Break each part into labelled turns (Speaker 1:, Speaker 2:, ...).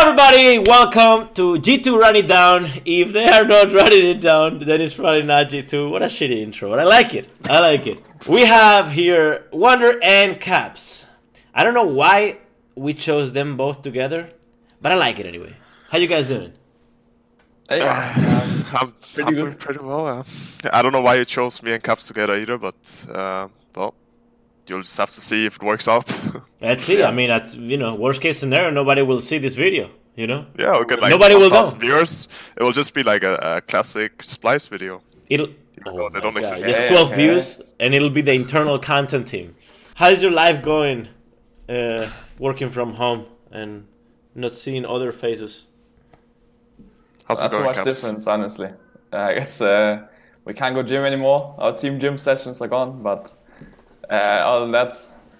Speaker 1: everybody, welcome to G2 Run It Down. If they are not running it down, then it's probably not G2. What a shitty intro, but I like it. I like it. We have here Wonder and Caps. I don't know why we chose them both together, but I like it anyway. How you guys doing?
Speaker 2: Hey,
Speaker 3: Uh, I'm,
Speaker 2: Pretty
Speaker 3: I'm
Speaker 2: good.
Speaker 3: doing pretty well. Uh, I don't know why you chose me and Caps together either, but uh, well, you'll just have to see if it works out.
Speaker 1: Let's see. I mean, that's you know, worst case scenario, nobody will see this video. You know,
Speaker 3: yeah, we get like
Speaker 1: Nobody will
Speaker 3: 1,000
Speaker 1: know.
Speaker 3: viewers. It will just be like a, a classic splice video.
Speaker 1: it'll.
Speaker 3: no,
Speaker 1: Oh my
Speaker 3: they don't
Speaker 1: God.
Speaker 3: exist.
Speaker 1: Just
Speaker 2: Yeah,
Speaker 1: twelve
Speaker 2: yeah.
Speaker 1: views, and it'll be the internal content team. How's your life going? Uh, working from home and not seeing other faces.
Speaker 3: How's
Speaker 2: that's
Speaker 3: it
Speaker 2: a
Speaker 3: going,
Speaker 2: much
Speaker 3: Caps?
Speaker 2: difference, honestly. Uh, I guess uh, we can't go gym anymore. Our team gym sessions are gone, but uh, other than that,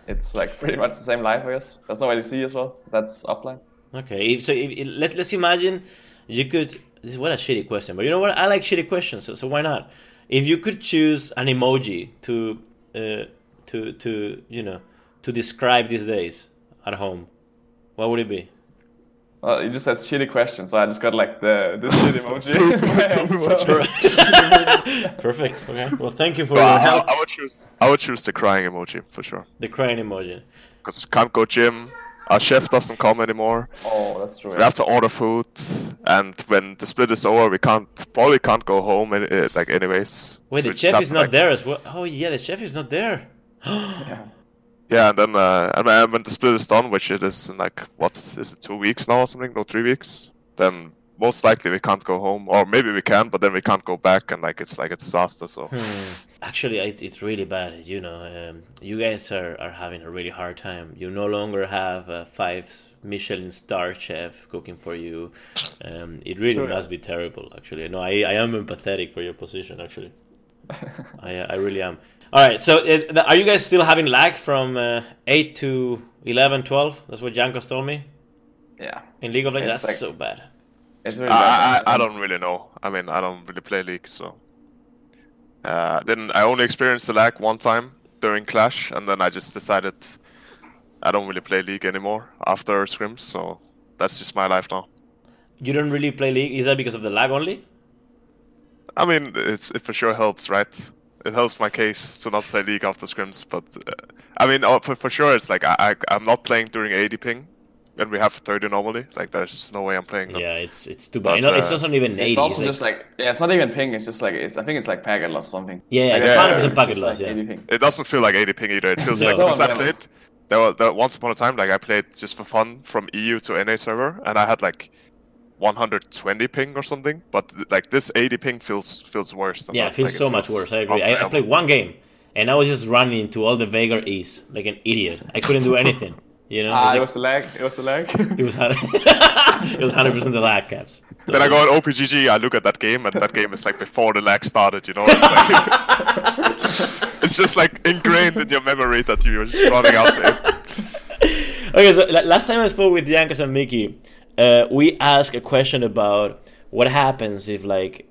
Speaker 2: it's like pretty much the same life, I guess. There's no LEC as well. That's offline.
Speaker 1: Okay, if, so if, if- let, let's imagine you could. This what a shitty question, but you know what? I like shitty questions, so, so why not? If you could choose an emoji to uh, to to you know to describe these days at home, what would it be?
Speaker 2: Well, you just had shitty questions, so I just got like the this shitty emoji. in my hand, so-
Speaker 1: Perfect. Okay. Well, thank you for
Speaker 3: Well,
Speaker 1: your
Speaker 3: I,
Speaker 1: help.
Speaker 3: I- I would choose. I would choose the crying emoji for sure.
Speaker 1: The crying emoji.
Speaker 3: Because can't go gym. Our chef doesn't come anymore.
Speaker 2: Oh, that's true.
Speaker 3: We have to order food, and when the split is over, we can't probably can't go home. Any, uh, like anyways.
Speaker 1: Wait,
Speaker 3: So
Speaker 1: the
Speaker 3: we just
Speaker 1: chef
Speaker 3: have
Speaker 1: is
Speaker 3: to,
Speaker 1: not
Speaker 3: like,
Speaker 1: there as well. Oh yeah, the chef is not there.
Speaker 2: Yeah.
Speaker 3: Yeah, and then uh, and uh, when the split is done, which it is in like what is it two weeks now or something? No, three weeks. Then most likely we can't go home, or maybe we can, but then we can't go back, and like it's like a disaster. So
Speaker 1: Hmm. Actually, it, it's really bad. You know, um, you guys are, are having a really hard time. You no longer have a five Michelin star chef cooking for you. Um, it really
Speaker 2: true.
Speaker 1: must be terrible. Actually, no, I I am empathetic for your position. Actually, I uh, I really am. All right, so it, the, are you guys still having lag from uh, eight to 11, 12? That's what Jankos told me
Speaker 2: yeah.
Speaker 1: in League of Legends.
Speaker 2: It's
Speaker 1: That's
Speaker 2: like-
Speaker 1: so bad.
Speaker 2: It's really
Speaker 3: I,
Speaker 2: bad.
Speaker 3: I I don't really know. I mean, I don't really play League, so uh, then I only experienced the lag one time during Clash, and then I just decided I don't really play League anymore after scrims. So that's just my life now.
Speaker 1: You don't really play League. Is that because of the lag only?
Speaker 3: I mean, it's it for sure helps, right? It helps my case to not play League after scrims, but uh, I mean, uh, for, for sure, it's like I, I I'm not playing during 80 ping, and we have 30 normally. Like, there's no way I'm playing them.
Speaker 1: Yeah, it's it's too bad.
Speaker 3: But,
Speaker 1: You know, it's
Speaker 3: uh,
Speaker 1: not even eighty.
Speaker 2: It's also
Speaker 1: like-
Speaker 2: just like yeah, it's not even ping. It's just like it's. I think it's like packet loss or something.
Speaker 1: Yeah, yeah,
Speaker 2: Like,
Speaker 1: it's
Speaker 2: it's
Speaker 1: 100%
Speaker 2: just
Speaker 1: packet
Speaker 2: like
Speaker 1: loss, yeah.
Speaker 2: anything.
Speaker 3: It doesn't feel like 80 ping either. It feels
Speaker 1: Yeah.
Speaker 3: like
Speaker 1: So
Speaker 3: because I
Speaker 2: unbearable.
Speaker 3: played there was there, once upon a time, like I played just for fun from EU to NA server, and I had like 120 ping or something. But th- like this 80 ping feels feels worse. Than
Speaker 1: Yeah,
Speaker 3: that.
Speaker 1: it feels
Speaker 3: Like,
Speaker 1: so much
Speaker 3: feels
Speaker 1: worse. I agree. I, I
Speaker 3: unbearable.
Speaker 1: played one game, and I was just running into all the Vega E's like an idiot. I couldn't do anything. You know,
Speaker 2: Ah, it
Speaker 1: it
Speaker 2: was
Speaker 1: was
Speaker 2: the lag. It was the lag.
Speaker 1: it was hundred- it was hundred percent the lag caps.
Speaker 3: Then I go on OPGG, I look at that game, and that game is like before the lag started, you know? It's, like, it's just like ingrained in your memory that you were just running out there.
Speaker 1: Okay, so la- last time I spoke with Yankas and Mickey, uh, we asked a question about what happens if like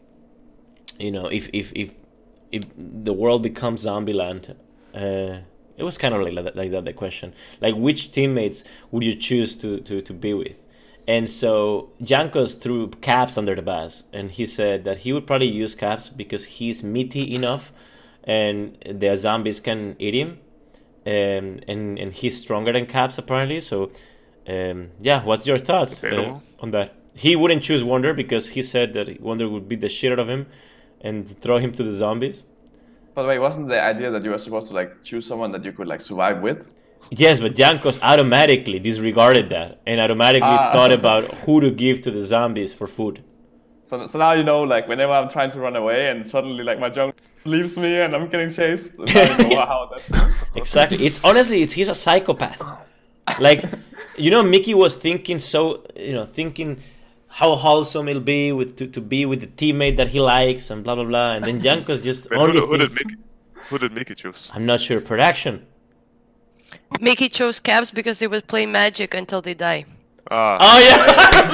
Speaker 1: you know if if if, if the world becomes Zombieland. Uh, it was kind of like that, like that the question, like which teammates would you choose to to, to be with? And so Jankos threw Caps under the bus, and he said that he would probably use Caps because he's meaty enough, and the zombies can eat him, um, and and he's stronger than Caps apparently. So, um, yeah, what's your thoughts
Speaker 3: Okay,
Speaker 1: uh,
Speaker 3: no.
Speaker 1: on that? He wouldn't choose Wonder because he said that Wonder would beat the shit out of him and throw him to the zombies.
Speaker 2: By the way, wasn't the idea that you were supposed to like choose someone that you could like survive with?
Speaker 1: Yes, but Jankos automatically disregarded that and automatically
Speaker 2: Ah.
Speaker 1: thought about who to give to the zombies for food.
Speaker 2: So, so now you know like whenever I'm trying to run away and suddenly like my junk leaves me and I'm getting chased. And I know wow, that's...
Speaker 1: Exactly. It's honestly, it's he's a psychopath. Like, you know, Mickey was thinking so, you know, thinking how wholesome it'll be with to, to be with the teammate that he likes and blah blah blah. And then Jankos just
Speaker 3: Wait, who,
Speaker 1: only
Speaker 3: did- who did
Speaker 1: thinks-
Speaker 3: Mickey, who did Mickey choose?
Speaker 1: I'm not sure production.
Speaker 4: Mickey chose Caps because they would play Magic until they die.
Speaker 3: Ah,
Speaker 1: Oh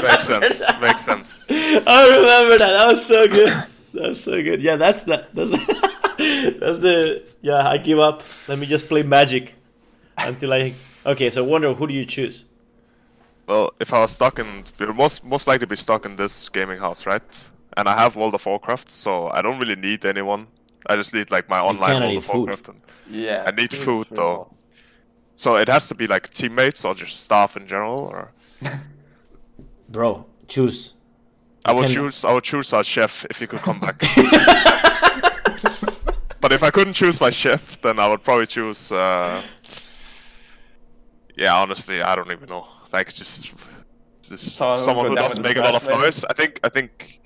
Speaker 1: yeah.
Speaker 3: makes sense, makes sense.
Speaker 1: I remember that. That was so good. That was so good. Yeah, that's that. That's that's the. Yeah, I give up. Let me just play Magic until I. Okay, so wonder who do you choose?
Speaker 3: Well, if I was stuck in, we'll most most likely be stuck in this gaming house, right? And I have World of Warcraft, so I don't really need anyone. I just need like my online
Speaker 1: cannot
Speaker 3: World
Speaker 1: eat
Speaker 3: of
Speaker 1: food.
Speaker 3: Warcraft. And,
Speaker 2: Yeah.
Speaker 3: I need
Speaker 2: it's
Speaker 3: food,
Speaker 2: really
Speaker 3: though. so it has to be like teammates or just staff in general. Or
Speaker 1: Bro, choose.
Speaker 3: I would
Speaker 1: can-
Speaker 3: choose. I would choose our chef if he could come back. but if I couldn't choose my chef, then I would probably choose. Uh... Yeah, honestly, I don't even know. Like just, just
Speaker 2: Someone
Speaker 3: someone,
Speaker 2: who
Speaker 3: who
Speaker 2: could down
Speaker 3: doesn't
Speaker 2: with the
Speaker 3: make a lot of
Speaker 2: trash, man.
Speaker 3: noise. I think. I think.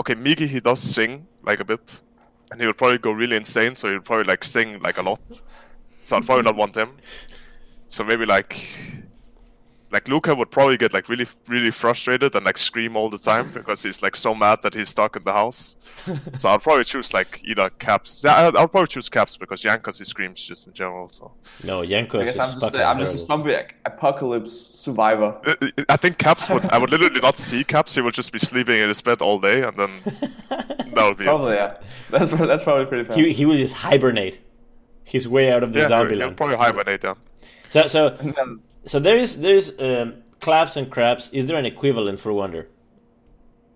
Speaker 3: Okay, Miki he does sing like a bit, and he would probably go really insane. So he'd probably like sing like a lot. So I'd probably not want him. So maybe like. Like Luca would probably get like really, really frustrated and like scream all the time because he's like so mad that he's stuck in the house. So I'll probably choose like either caps. Yeah, I'll, I'll probably choose caps because Yankas he screams just in general. So
Speaker 1: No, Yanko
Speaker 2: I
Speaker 1: is
Speaker 2: guess I'm
Speaker 1: stuck
Speaker 2: just, a, I'm just a
Speaker 1: in
Speaker 2: zombie ac- apocalypse survivor.
Speaker 3: Uh, uh, I think caps would. I would literally not see caps. He would just be sleeping in his bed all day, and then that would be
Speaker 2: Probably,
Speaker 3: it.
Speaker 2: yeah. That's pro- that's probably pretty fair.
Speaker 1: he, he will just hibernate. He's way out of the
Speaker 3: Yeah,
Speaker 1: zombie
Speaker 3: he'll
Speaker 1: land.
Speaker 3: probably hibernate. Yeah.
Speaker 1: So, so,
Speaker 2: And then-
Speaker 1: so there is there is um, claps and craps. Is there an equivalent for wonder?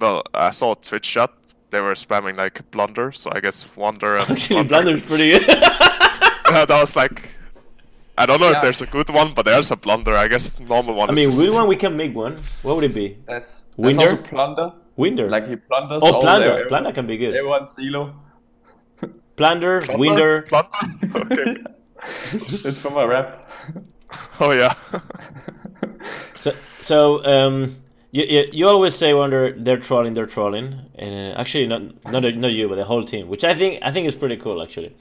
Speaker 3: Well, I saw a Twitch chat. They were spamming like blunder, so I guess wonder and
Speaker 1: Actually, blunder is pretty good.
Speaker 3: Yeah, that was like. I don't know
Speaker 2: Yeah.
Speaker 3: if there's a good one, but there's a blunder. I guess normal one.
Speaker 1: I mean,
Speaker 3: is
Speaker 1: we
Speaker 3: just...
Speaker 1: one we can make one. What would it be?
Speaker 2: There's, there's
Speaker 1: Winder?
Speaker 2: also plunder.
Speaker 1: Winder.
Speaker 2: Like he plunders.
Speaker 1: oh,
Speaker 2: all
Speaker 1: plunder.
Speaker 2: their-
Speaker 1: Plunder can be good.
Speaker 2: Everyone's elo.
Speaker 1: Plunder, winder.
Speaker 3: Blunder. Okay.
Speaker 2: It's from a rap.
Speaker 3: Oh yeah.
Speaker 1: So, so um, you, you you always say wonder they're trolling, they're trolling, and uh, actually not not not you, but the whole team, which I think I think is pretty cool actually.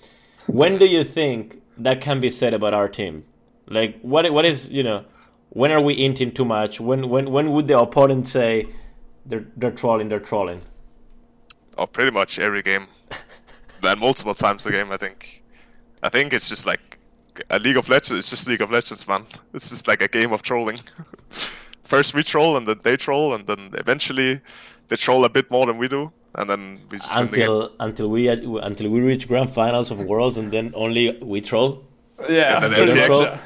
Speaker 1: When do you think that can be said about our team? Like what what is you know when are we inting too much? When when when would the opponent say they're they're trolling, they're trolling?
Speaker 3: Oh, pretty much every game. and multiple times a game, I think. I think it's just like a League of Legends. It's just League of Legends, man. It's just like a game of trolling. First we troll, and then they troll, and then eventually they troll a bit more than we do, and then we just win the game.
Speaker 1: Until until we uh, until we reach grand finals of worlds, and then only we troll.
Speaker 2: Yeah,
Speaker 3: And then
Speaker 2: pretty
Speaker 1: FPX.
Speaker 2: much.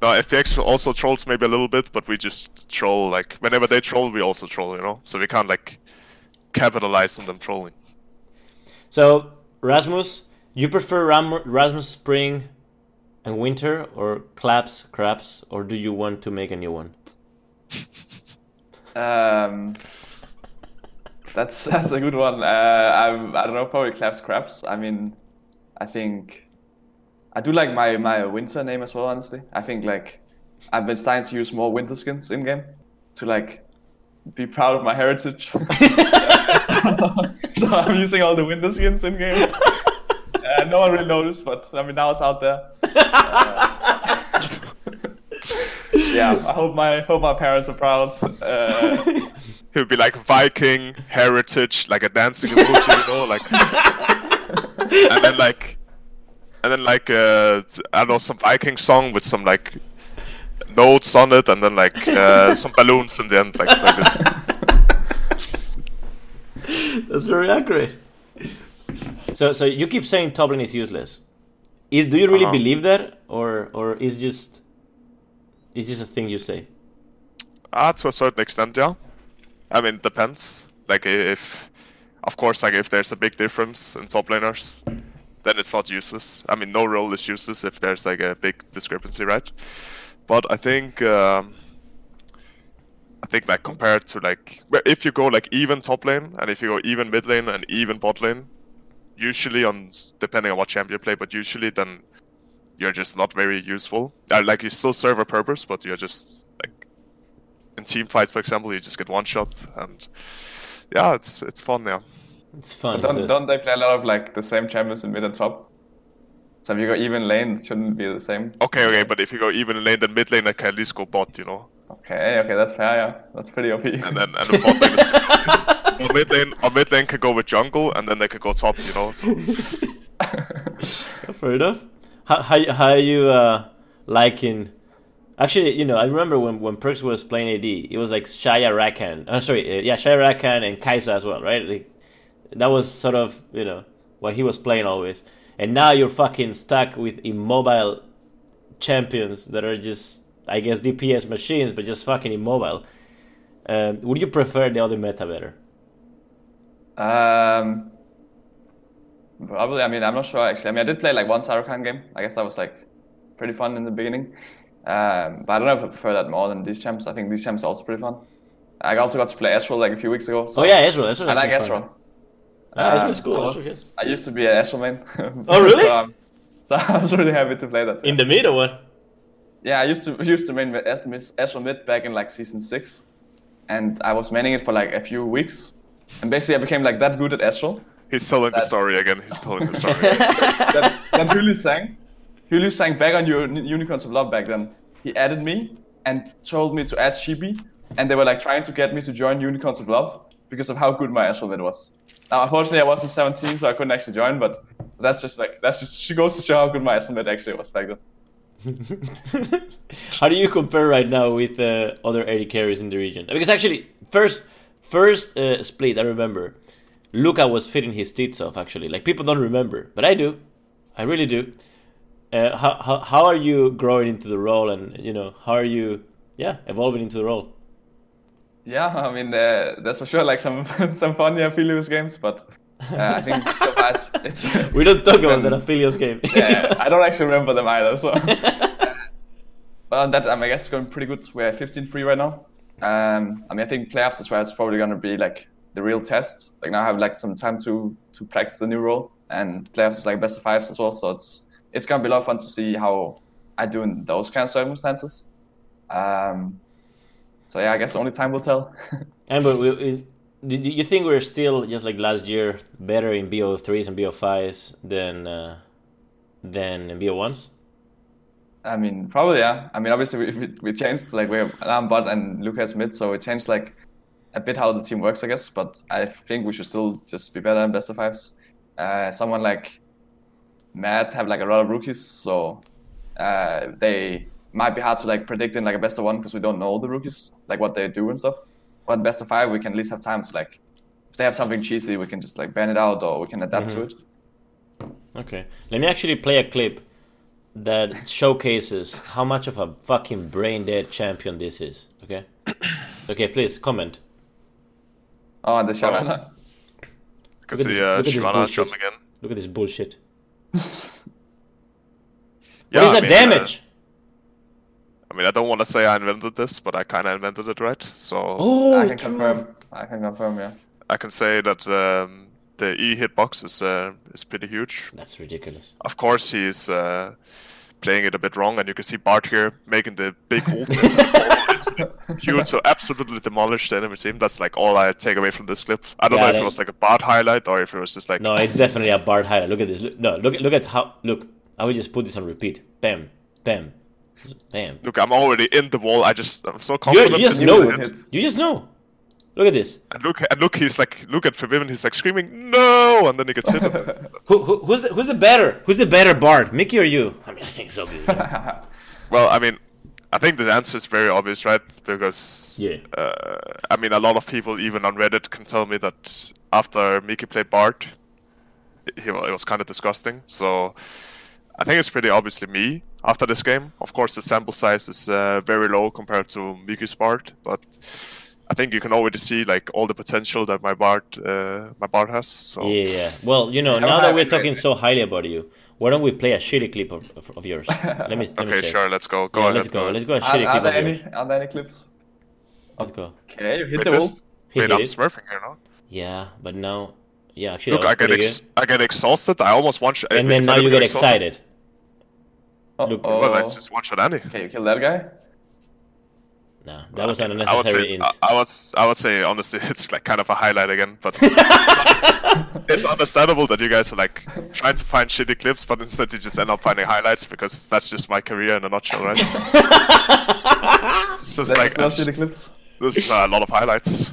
Speaker 3: No, FPX also trolls maybe a little bit, but we just troll like whenever they troll, we also troll, you know. So we can't like capitalize on them trolling.
Speaker 1: So, Rasmus, you prefer Ram- Rasmus spring and winter or claps, craps, or do you want to make a new one?
Speaker 2: Um, that's that's a good one. Uh, I'm I don't know probably claps craps. I mean, I think I do like my my winter name as well. Honestly, I think like I've been starting to use more winter skins in game to like be proud of my heritage. so I'm using all the winter skins in game. Uh, no one really noticed, but I mean now it's out there. Yeah, I hope my hope my parents are proud. Uh,
Speaker 3: He'll be like Viking heritage, like a dancing emoji, you know, like, and then like, and then like, uh, I don't know, some Viking song with some like notes on it, and then like uh, some balloons in the end, like, like this.
Speaker 1: That's very accurate. So, so you keep saying Toblin is useless. Is do you really
Speaker 3: Uh-huh.
Speaker 1: believe that, or or is just is just a thing you say?
Speaker 3: Ah, to a certain extent, yeah. I mean, it depends. Like, i- if, of course, like if there's a big difference in top laners, then it's not useless. I mean, no role is useless if there's like a big discrepancy, right? But I think, um, I think like compared to like, well, if you go like even top lane and if you go even mid lane and even bot lane, usually on s- depending on what champ you play, but usually then you're just not very useful. Uh, like you still serve a purpose, but you're just like in team fights, for example, you just get one shot, and yeah, it's it's fun. Yeah,
Speaker 1: It's fun. it's
Speaker 2: Don't,
Speaker 1: just-
Speaker 2: don't they play a lot of like the same champions in mid and top? So if you go even lane, it shouldn't be the same.
Speaker 1: Oh.
Speaker 3: okay, okay, but if you go even lane, then mid lane, I can at least go bot, you know,
Speaker 2: Okay, okay, that's fair. Yeah, that's pretty OP.
Speaker 3: and then and the bot lane. Is, or mid lane, or mid lane can go with jungle, and then they can go top, you know. So
Speaker 1: Fair enough. How how, how are you uh, liking? Actually, you know, I remember when when Perks was playing AD, it was like Shaya Rakan. I'm sorry, uh, yeah, Shaya Rakan and Kaisa as well, right? Like, that was sort of you know what he was playing always. And now you're fucking stuck with immobile champions that are just I guess DPS machines, but just fucking immobile. Um, would you prefer the other meta better?
Speaker 2: Um, probably. I mean, I'm not sure actually. I mean, I did play like one Sarukhan game. I guess that was like pretty fun in the beginning. Um, but I don't know if I prefer that more than these champs. I think these champs are also pretty fun. I also got to play Ezreal like a few weeks ago. So
Speaker 1: Oh yeah, Ezreal. Ezreal
Speaker 2: I like
Speaker 1: actually fun.
Speaker 2: Ezreal.
Speaker 1: Ah,
Speaker 2: Um,
Speaker 1: Ezreal's cool.
Speaker 2: I,
Speaker 1: Ezreal's
Speaker 2: was-
Speaker 1: good.
Speaker 2: I used to be an Ezreal main.
Speaker 1: Oh, really?
Speaker 2: so, um, so I was really happy to play that.
Speaker 1: In the mid or what?
Speaker 2: Yeah, I used to used to main Es- mis- Ezreal mid back in like season six, and I was maining it for like a few weeks, and basically I became like that good at Ezreal
Speaker 3: He's telling the
Speaker 2: That-
Speaker 3: story again. He's telling the story.
Speaker 2: that that Hulu sang. Hulu sang back on your Unicorns of Love back then. He added me and told me to add Shibi, and they were like trying to get me to join Unicorns of Love because of how good my Astral Vid was. Now, unfortunately, I wasn't 17, so I couldn't actually join, but that's just like, that's just, she goes to show how good my Astral Vid actually was back then.
Speaker 1: How do you compare right now with uh, other AD carries in the region? Because actually, first first uh, split, I remember, Luca was fitting his tits off. Actually, like people don't remember, but I do. I really do. Uh, how, how how are you growing into the role, and you know how are you, yeah, evolving into the role?
Speaker 2: Yeah, I mean, uh, there's for sure like some some fun yeah, Hulu's games, but uh, I think so far it's. it's
Speaker 1: We don't talk about
Speaker 2: been-
Speaker 1: that Aphelios game.
Speaker 2: yeah, I don't actually remember them either. So, but on that, um, I guess it's going pretty good. We're 15-3 right now. Um, I mean, I think playoffs is where it's probably going to be like the real test. Like now, I have like some time to to practice the new role, and playoffs is like best of fives as well. So it's it's going to be a lot of fun to see how I do in those kind of circumstances. Um, so yeah, I guess only time will tell.
Speaker 1: And but we, we, do do you think we're still just like last year better in BO threes and BO fives than uh, than in BO ones?
Speaker 2: I mean, probably yeah. I mean, obviously we we, we changed like we have Alarm Bot and Lucas mid, so we changed like a bit how the team works, I guess. But I think we should still just be better in best of fives. Uh, someone like Matt have like a lot of rookies, so uh, they might be hard to like predict in like a best of one because we don't know the rookies like what they do and stuff. But best of five, we can at least have time to like if they have something cheesy, we can just like ban it out or we can adapt to it.
Speaker 1: Okay, let me actually play a clip that showcases how much of a fucking brain dead champion this is. Okay, okay, please comment.
Speaker 2: Oh, and the Shyvana.
Speaker 3: I can
Speaker 1: Look at
Speaker 3: see
Speaker 1: this-
Speaker 3: uh,
Speaker 1: look at this
Speaker 3: Shivana
Speaker 1: bullshit.
Speaker 3: jumping in.
Speaker 1: Look at this bullshit.
Speaker 3: Yeah,
Speaker 1: what is
Speaker 3: I
Speaker 1: that
Speaker 3: mean, uh,
Speaker 1: damage?
Speaker 3: I mean, I don't want to say I invented this, but I kind of invented it, right? So
Speaker 2: I
Speaker 1: oh,
Speaker 2: can confirm. I can confirm. Yeah.
Speaker 3: I can say that um, the E hitbox is uh, is pretty huge.
Speaker 1: that's ridiculous.
Speaker 3: Of course, he's uh, playing it a bit wrong, and you can see Bart here making the big ultimate cue to absolutely demolish the enemy team. That's like all I take away from this clip. I don't
Speaker 1: Yeah,
Speaker 3: know if
Speaker 1: that-
Speaker 3: it was like a Bart highlight or if it was just like
Speaker 1: No, it's definitely a Bart highlight. Look at this. Look, no, look look at how. Look, I will just put this on repeat. Bam, bam, bam.
Speaker 3: Look, I'm already in the wall. I just I'm so
Speaker 1: You,
Speaker 3: confident.
Speaker 1: you just
Speaker 3: that
Speaker 2: you
Speaker 1: know
Speaker 3: will
Speaker 2: would
Speaker 1: it.
Speaker 3: hit.
Speaker 2: hit.
Speaker 1: You just know. Look at this.
Speaker 3: And look, and look, he's like, look at Forbidden. He's like screaming, no, and then he gets hit.
Speaker 1: Who, who, who's the, who's the better? Who's the better Bard, Mickey or you? I mean, I think it's obvious. right?
Speaker 3: well, I mean, I think the answer is very obvious, right? Because
Speaker 1: Yeah.
Speaker 3: uh, I mean, a lot of people even on Reddit can tell me that after Mickey played Bart, it, he wa- it was kind of disgusting. So I think it's pretty obviously me after this game. Of course, the sample size is uh, very low compared to Mickey's Bart, but. I think you can already see like all the potential that my Bart, uh, my Bart has. So
Speaker 1: yeah, yeah. Well, you know,
Speaker 2: Oh. I'm
Speaker 1: now that we're
Speaker 2: happy,
Speaker 1: talking
Speaker 2: baby.
Speaker 1: so highly about you, why don't we play a shitty clip of, of, of yours? Let me. Let me
Speaker 3: Okay,
Speaker 1: check.
Speaker 3: sure. Let's go. Go
Speaker 1: Yeah,
Speaker 3: ahead.
Speaker 1: let's go. Let's go. A
Speaker 2: Are,
Speaker 1: shitty
Speaker 2: are
Speaker 1: clip
Speaker 2: there
Speaker 1: of
Speaker 2: any?
Speaker 1: yours.
Speaker 2: Are there any clips?
Speaker 1: Let's go.
Speaker 2: Okay, you hit
Speaker 3: Wait,
Speaker 2: the wall.
Speaker 3: this,
Speaker 1: He
Speaker 3: wait
Speaker 1: did
Speaker 3: I'm
Speaker 1: it.
Speaker 3: smurfing here now.
Speaker 1: Yeah, but now, yeah, actually,
Speaker 3: Look, I
Speaker 1: that was
Speaker 3: get
Speaker 1: pretty
Speaker 3: ex-
Speaker 1: good.
Speaker 3: I get exhausted. I almost want. sh-
Speaker 1: And then
Speaker 3: if
Speaker 1: now
Speaker 3: I
Speaker 1: you
Speaker 3: don't
Speaker 1: get excited. Oh. Look.
Speaker 2: Uh-oh.
Speaker 3: Well, I just one shot Annie.
Speaker 2: Okay, you kill that guy.
Speaker 1: No, that was an
Speaker 3: I would
Speaker 1: unnecessary
Speaker 3: say. uh,
Speaker 1: int.
Speaker 3: I, I would. s- I would say honestly, it's like kind of a highlight again. But it's understandable that you guys are like trying to find shitty clips, but instead you just end up finding highlights because that's just my career in a nutshell, right? it's just
Speaker 2: There's
Speaker 3: like
Speaker 2: no
Speaker 3: there's
Speaker 2: shitty clips.
Speaker 3: uh, a lot of highlights.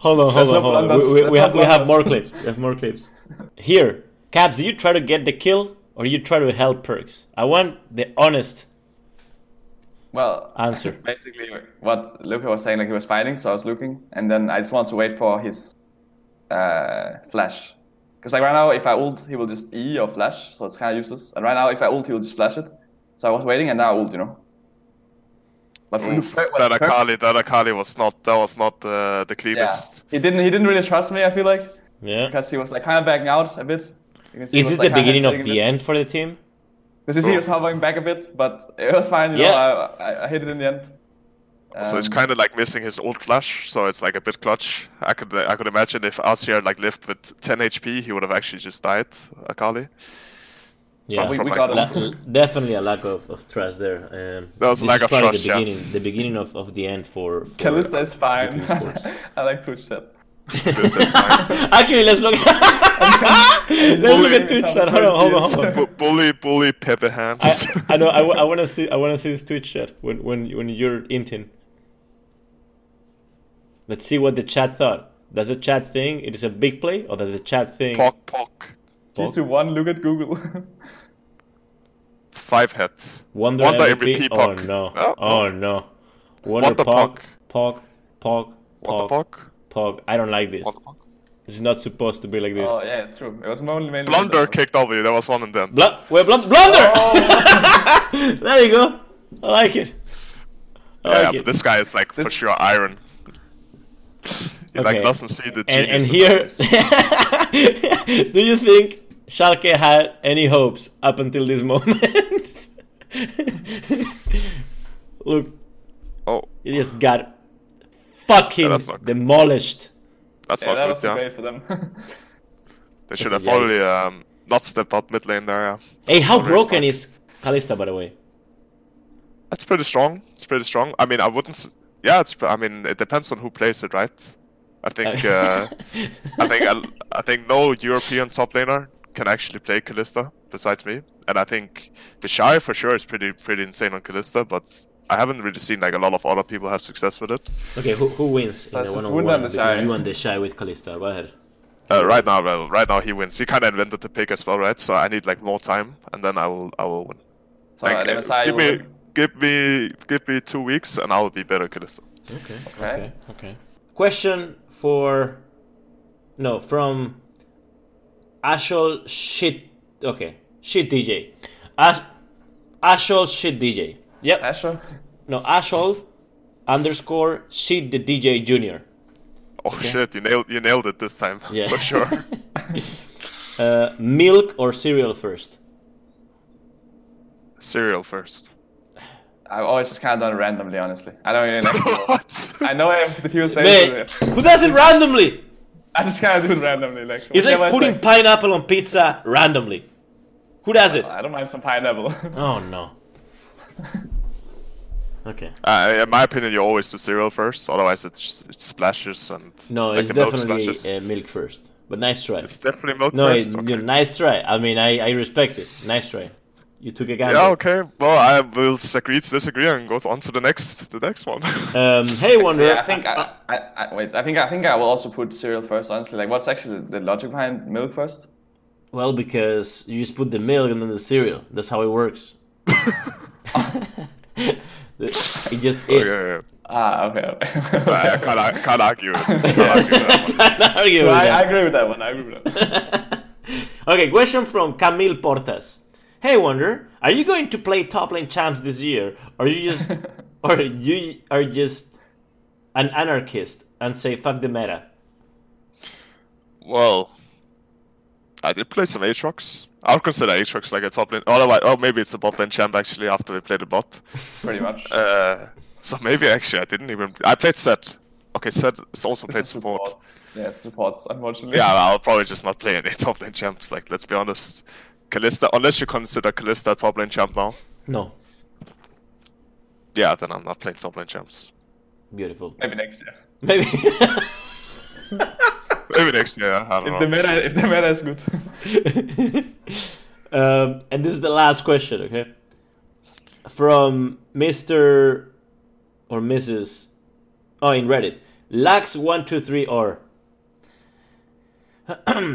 Speaker 1: Hold on, hold
Speaker 2: Let's
Speaker 1: on,
Speaker 2: not
Speaker 1: hold on.
Speaker 2: blame us.
Speaker 1: We, we,
Speaker 2: Let's
Speaker 1: we,
Speaker 2: not
Speaker 1: have, we have
Speaker 2: blame
Speaker 1: more
Speaker 2: us.
Speaker 1: clips. We have more clips. Here, Caps, do you try to get the kill or you try to help Perks? I want the honest
Speaker 2: Well,
Speaker 1: answer.
Speaker 2: basically what Luca was saying, like he was fighting, so I was looking, and then I just want to wait for his uh, flash. Because like right now, if I ult, he will just E or flash, so it's kind of useless. And right now, if I ult, he will just flash it. So I was waiting, and now I ult, you know. But when you play with
Speaker 3: Mm, that
Speaker 2: Kirk-
Speaker 3: Akali, that Akali was not that was not uh, the
Speaker 2: yeah,
Speaker 3: cleanest.
Speaker 2: he didn't he didn't really trust me. I feel like
Speaker 1: Yeah.
Speaker 2: because he was like kind of backing out a bit. You can see he
Speaker 1: Is
Speaker 2: was,
Speaker 1: this
Speaker 2: like,
Speaker 1: the
Speaker 2: kinda
Speaker 1: beginning
Speaker 2: sitting
Speaker 1: of
Speaker 2: a
Speaker 1: the
Speaker 2: bit.
Speaker 1: end for the team?
Speaker 2: Because you
Speaker 3: Oh.
Speaker 2: see, he was hovering back a bit, but it was fine. You
Speaker 1: Yeah.
Speaker 2: know, I, I, I hit it in the end.
Speaker 3: Oh, So it's
Speaker 2: Um,
Speaker 3: kind of like missing his old flash. So it's like a bit clutch. I could uh, I could imagine if Asir like lived with 10 HP, he would have actually just died. Akali.
Speaker 1: Yeah.
Speaker 2: we, we
Speaker 3: Probably
Speaker 2: got
Speaker 3: not.
Speaker 2: him.
Speaker 1: La- definitely a lack of, of trust there. Um,
Speaker 3: There was a
Speaker 1: this
Speaker 3: lack
Speaker 1: is
Speaker 3: of
Speaker 1: probably
Speaker 3: trust,
Speaker 1: the
Speaker 3: yeah.
Speaker 1: beginning, the beginning of, of the end for. for
Speaker 2: Callista is fine.
Speaker 1: the team's course.
Speaker 2: I like Twitch chat.
Speaker 3: This is fine.
Speaker 1: Actually, let's look. let's look at Twitch chat. Hold on, hold on, hold on.
Speaker 3: Bu- bully, bully, Pepe hands.
Speaker 1: I, I know. I, want to see. I want to see this Twitch chat when when when you're inting. Let's see what the chat thought. Does the chat think it is a big play, or does the chat think?
Speaker 3: Pok, pok.
Speaker 2: G2 one. Look at Google.
Speaker 3: Five head.
Speaker 1: Wonder,
Speaker 3: Wonder
Speaker 1: MVP?
Speaker 3: MVP Puck.
Speaker 1: Oh no!
Speaker 3: No.
Speaker 1: Oh no! Wonder,
Speaker 3: Wonder
Speaker 1: Puck.
Speaker 3: Puck.
Speaker 1: Puck. Puck.
Speaker 3: What the
Speaker 1: Puck.
Speaker 3: pok?
Speaker 1: Puck. I don't like this.
Speaker 3: What the pok?
Speaker 1: This is not supposed to be like this.
Speaker 2: oh yeah, it's true. It was only mainly
Speaker 3: Blunder kicked W. There was one in them.
Speaker 1: Blu- we're blun- blunder.
Speaker 2: Oh,
Speaker 1: there you go. I like it. I
Speaker 3: Yeah,
Speaker 1: like
Speaker 3: but
Speaker 1: it.
Speaker 3: this guy is like for sure iron. He
Speaker 1: Okay.
Speaker 3: like doesn't see the
Speaker 1: and and
Speaker 3: genius in
Speaker 1: here,
Speaker 3: others.
Speaker 1: do you think Schalke had any hopes up until this moment? Look,
Speaker 3: Oh,
Speaker 1: it just got fucking
Speaker 3: Yeah, that's not good.
Speaker 1: demolished.
Speaker 3: that's
Speaker 2: yeah, that
Speaker 3: not
Speaker 2: was
Speaker 3: good. Yeah,
Speaker 2: great for them.
Speaker 3: they should
Speaker 1: That's
Speaker 3: have
Speaker 1: a yikes.
Speaker 3: probably um, not stepped out mid lane there. Yeah.
Speaker 1: Hey, how
Speaker 3: Already
Speaker 1: broken
Speaker 3: fucked.
Speaker 1: is Kalista, by the way?
Speaker 3: That's pretty strong. It's pretty strong. I mean, I wouldn't. s- Yeah, it's. I mean, it depends on who plays it, right? I think. Uh, I think. I, I think no European top laner can actually play Callista besides me, and I think the Shy for sure is pretty pretty insane on Callista, but I haven't really seen like a lot of other people have success with it.
Speaker 1: okay, who, who wins in
Speaker 2: it's
Speaker 1: the
Speaker 2: just
Speaker 1: one on
Speaker 2: Wunda
Speaker 1: one
Speaker 2: and the Shy.
Speaker 1: between you and the shy with Kalista? Go ahead.
Speaker 3: Uh, right now, well, right now he wins. He kind of invented the pick as well, right? So I need like more time, and then I will I will win.
Speaker 2: So
Speaker 3: Like,
Speaker 2: uh,
Speaker 3: uh,
Speaker 2: MSI
Speaker 3: give
Speaker 2: will
Speaker 3: me give me give me two weeks, and I will be better Callista.
Speaker 1: Okay.
Speaker 2: Okay.
Speaker 1: Okay. Okay. Question for no from Ashol shit. Okay, shit DJ. Ash, Ashol shit DJ. Yep.
Speaker 2: Asher.
Speaker 1: No, Ashol underscore shit the DJ Junior.
Speaker 3: Oh shit! You nailed you nailed it this time
Speaker 1: Yeah.
Speaker 3: for sure.
Speaker 1: Uh, milk or cereal first?
Speaker 3: Cereal first.
Speaker 2: I've always just kind of done it randomly, honestly. I don't really know.
Speaker 3: what?
Speaker 2: I know I have the people saying
Speaker 1: Man,
Speaker 2: it.
Speaker 1: who does it randomly?
Speaker 2: I just kind of do it randomly. Like,
Speaker 1: It's
Speaker 2: whatever
Speaker 1: like
Speaker 2: is,
Speaker 1: putting pineapple on pizza randomly. Who does it?
Speaker 2: I don't mind some pineapple.
Speaker 1: Oh no. Okay.
Speaker 3: Uh, in my opinion, you always do cereal first. Otherwise, it's it splashes and
Speaker 1: No,
Speaker 3: like
Speaker 1: it's
Speaker 3: the milk
Speaker 1: definitely
Speaker 3: splashes.
Speaker 1: uh, milk first. But nice try.
Speaker 3: It's definitely milk
Speaker 1: no,
Speaker 3: first.
Speaker 1: it-
Speaker 3: okay.
Speaker 1: you- nice try. I mean, I, I respect it. Nice try. You took a gamble.
Speaker 3: Yeah. Okay. Well, I will disagree to disagree and go on to the next the next one.
Speaker 1: Um, hey, Uh, Wonder.
Speaker 2: yeah, I think I, I, I wait. I think I think I will also put cereal first. Honestly, like, what's actually the logic behind milk first?
Speaker 1: well, because you just put the milk and then the cereal. That's how it works. The- it just is.
Speaker 3: okay.
Speaker 2: Ah, okay. okay.
Speaker 3: I, I can't, I can't argue it. Can't argue that
Speaker 1: I can't argue with
Speaker 3: one.
Speaker 2: I, I
Speaker 1: that.
Speaker 2: agree with that one. I agree with that.
Speaker 1: Okay, question from Camille Portas. Hey, Wonder. Are you going to play top lane champs this year? Or you just, or you are just an anarchist and say fuck the meta?
Speaker 3: Well, I did play some Aatrox. I would consider Aatrox like a top lane. Otherwise, oh, maybe it's a bot lane champ actually after they played the bot.
Speaker 2: Pretty much.
Speaker 3: Uh, so maybe actually I didn't even. I played Set. Okay, Set is also played
Speaker 2: It's
Speaker 3: support.
Speaker 2: Yeah, it's support. Unfortunately.
Speaker 3: Yeah, I'll probably just not play any top lane champs. Like, let's be honest, Callista. Unless you consider Callista a top lane champ now.
Speaker 1: No.
Speaker 3: Yeah, then I'm not playing top lane champs.
Speaker 1: Beautiful.
Speaker 2: Maybe next year.
Speaker 1: Maybe.
Speaker 3: Maybe next year. I don't
Speaker 2: If
Speaker 3: know.
Speaker 2: the meta, if the meta is good.
Speaker 1: um, and this is the last question, okay? From Mr. or Mrs. Oh, in Reddit. Lax123 or.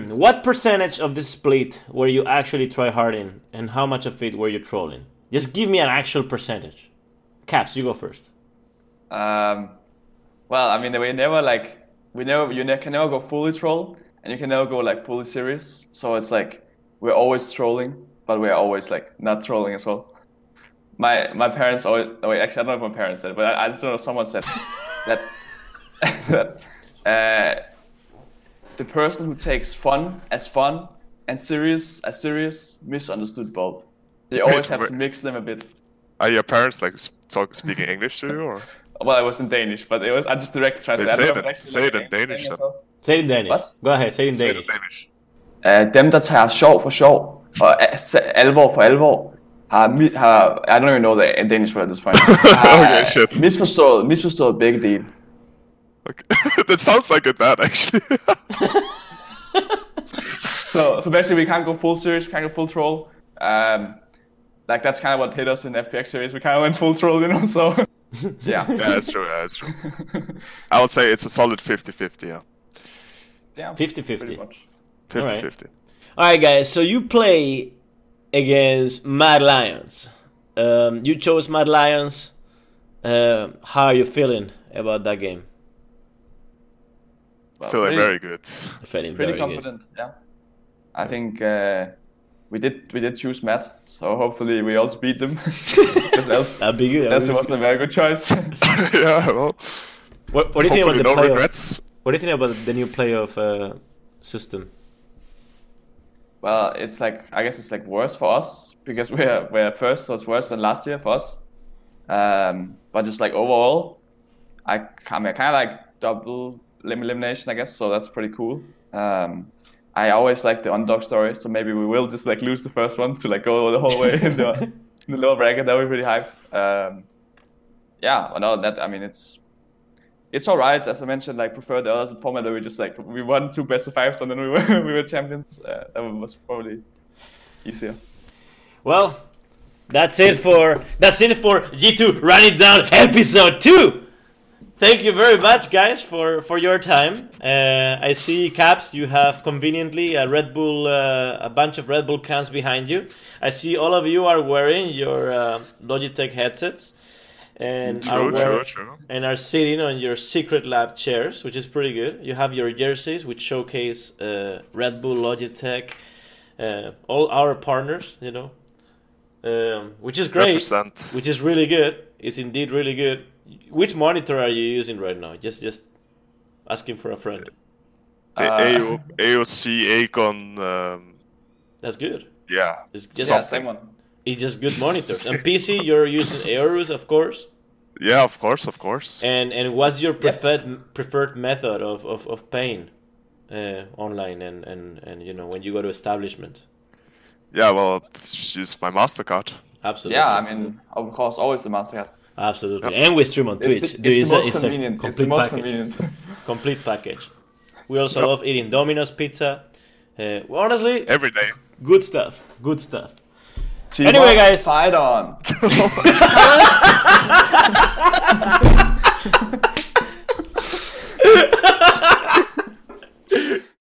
Speaker 1: what percentage of this split were you actually tryharding and how much of it were you trolling? Just give me an actual percentage. Caps, you go first.
Speaker 2: Um, well, I mean, we never like we never you ne- can never go fully troll, and you can never go like fully serious. So it's like we're always trolling, but we're always like not trolling as well. my my parents always. Oh wait, actually, I don't know if my parents said, it, but I, I just don't know. Someone said that that uh, the person who takes fun as fun and serious as serious misunderstood both. They always have to mix them a bit.
Speaker 3: Are your parents like s- talk speaking English to you, or
Speaker 2: Well, I was in Danish, but it was I just directly translated.
Speaker 3: say
Speaker 2: I don't know
Speaker 3: it
Speaker 2: if
Speaker 3: in-
Speaker 2: actually,
Speaker 3: say
Speaker 2: like,
Speaker 3: it in
Speaker 2: anything
Speaker 3: Danish,
Speaker 2: or
Speaker 3: then.
Speaker 2: so.
Speaker 1: Say it in Danish.
Speaker 2: What?
Speaker 1: Go ahead, say it in
Speaker 3: Say it
Speaker 1: Danish.
Speaker 3: in Danish?
Speaker 2: Øh, dem, der tager sjov for sjov, og a- sa- alvor for alvor, har, mi- har I don't even know the uh, Danish word at this point. Har,
Speaker 3: Okay,
Speaker 2: øh,
Speaker 3: shit.
Speaker 2: Misforstået, misforstået begge dele.
Speaker 3: Okay. that sounds like a dad, actually.
Speaker 2: So, so basically, we can't go full serious, we can't go full troll. Um, like that's kind of what hit us in FPX series. We kind of went full troll, you know. So, yeah,
Speaker 3: yeah, that's true. Yeah, that's true. I would say it's a solid 50-50, yeah.
Speaker 2: yeah,
Speaker 1: 50-50.
Speaker 2: pretty much.
Speaker 3: 50-50.
Speaker 1: All right, guys. So you play against Mad Lions. Um, you chose Mad Lions. Um how are you feeling about that game?
Speaker 2: Well,
Speaker 3: Feeling
Speaker 2: pretty-
Speaker 3: very good.
Speaker 1: Feeling
Speaker 2: pretty
Speaker 1: very good.
Speaker 2: confident. Yeah, I think uh, we did we did choose Matt, so hopefully we also beat them. Because else,
Speaker 1: That'd be good.
Speaker 2: else it wasn't a very good choice.
Speaker 3: yeah, well,
Speaker 1: What, what do you think about
Speaker 3: hopefully
Speaker 1: the
Speaker 3: no
Speaker 1: playoff?
Speaker 3: regrets.
Speaker 1: What do you think about the new playoff uh, system?
Speaker 2: well, it's like I guess it's like worse for us because we're we're first, so it's worse than last year for us. Um, but just like overall, I, I mean, kind of like double lim- elimination, I guess. So that's pretty cool. Um, I always like the underdog story, so maybe we will just like lose the first one to like go the whole way in the, in the lower bracket. That would be pretty hype. Um, yeah, well, no, that I mean, it's it's all right. As I mentioned, like prefer the other format where we just like we won two best of fives and then we were we were champions. Uh, that was probably easier.
Speaker 1: Well, that's it for that's it for G2 Run It Down episode two. Thank you very much, guys, for for your time. Uh, I see caps. You have conveniently a Red Bull, uh, a bunch of Red Bull cans behind you. I see all of you are wearing your uh, Logitech headsets and are,
Speaker 3: True,
Speaker 1: wear-
Speaker 3: true, true.
Speaker 1: and are sitting on your secret lab chairs, which is pretty good. You have your jerseys, which showcase uh, Red Bull, Logitech, uh, all our partners. You know, um, which is great
Speaker 3: Represent.
Speaker 1: which is really good. It's indeed really good. Which monitor are you using right now? Just just asking for a friend.
Speaker 3: The
Speaker 2: Uh,
Speaker 3: AO, AOC Aegon, um,
Speaker 1: That's good.
Speaker 3: yeah.
Speaker 1: It's just
Speaker 2: Yeah,
Speaker 3: Something.
Speaker 2: same one.
Speaker 1: it's just good monitors. And PC, you're using Aorus, of course.
Speaker 3: Yeah, of course, of course.
Speaker 1: And and what's your preferred preferred method of of, of paying uh, online and, and and you know when you go to establishment?
Speaker 3: Yeah, well, use my MasterCard.
Speaker 1: Absolutely.
Speaker 2: Yeah, I mean, of course, always the Mastercard.
Speaker 1: absolutely. And we stream on
Speaker 2: It's
Speaker 1: Twitch.
Speaker 2: the,
Speaker 1: Dude,
Speaker 2: it's the
Speaker 1: a-
Speaker 2: most
Speaker 1: a
Speaker 2: convenient. It's the
Speaker 1: complete
Speaker 2: most
Speaker 1: package.
Speaker 2: convenient.
Speaker 1: Complete package. We also love eating Domino's pizza. Uh, honestly,
Speaker 3: Every day.
Speaker 1: good stuff. Good stuff.
Speaker 2: Team
Speaker 1: Anyway,
Speaker 2: up,
Speaker 1: guys.
Speaker 2: Side on.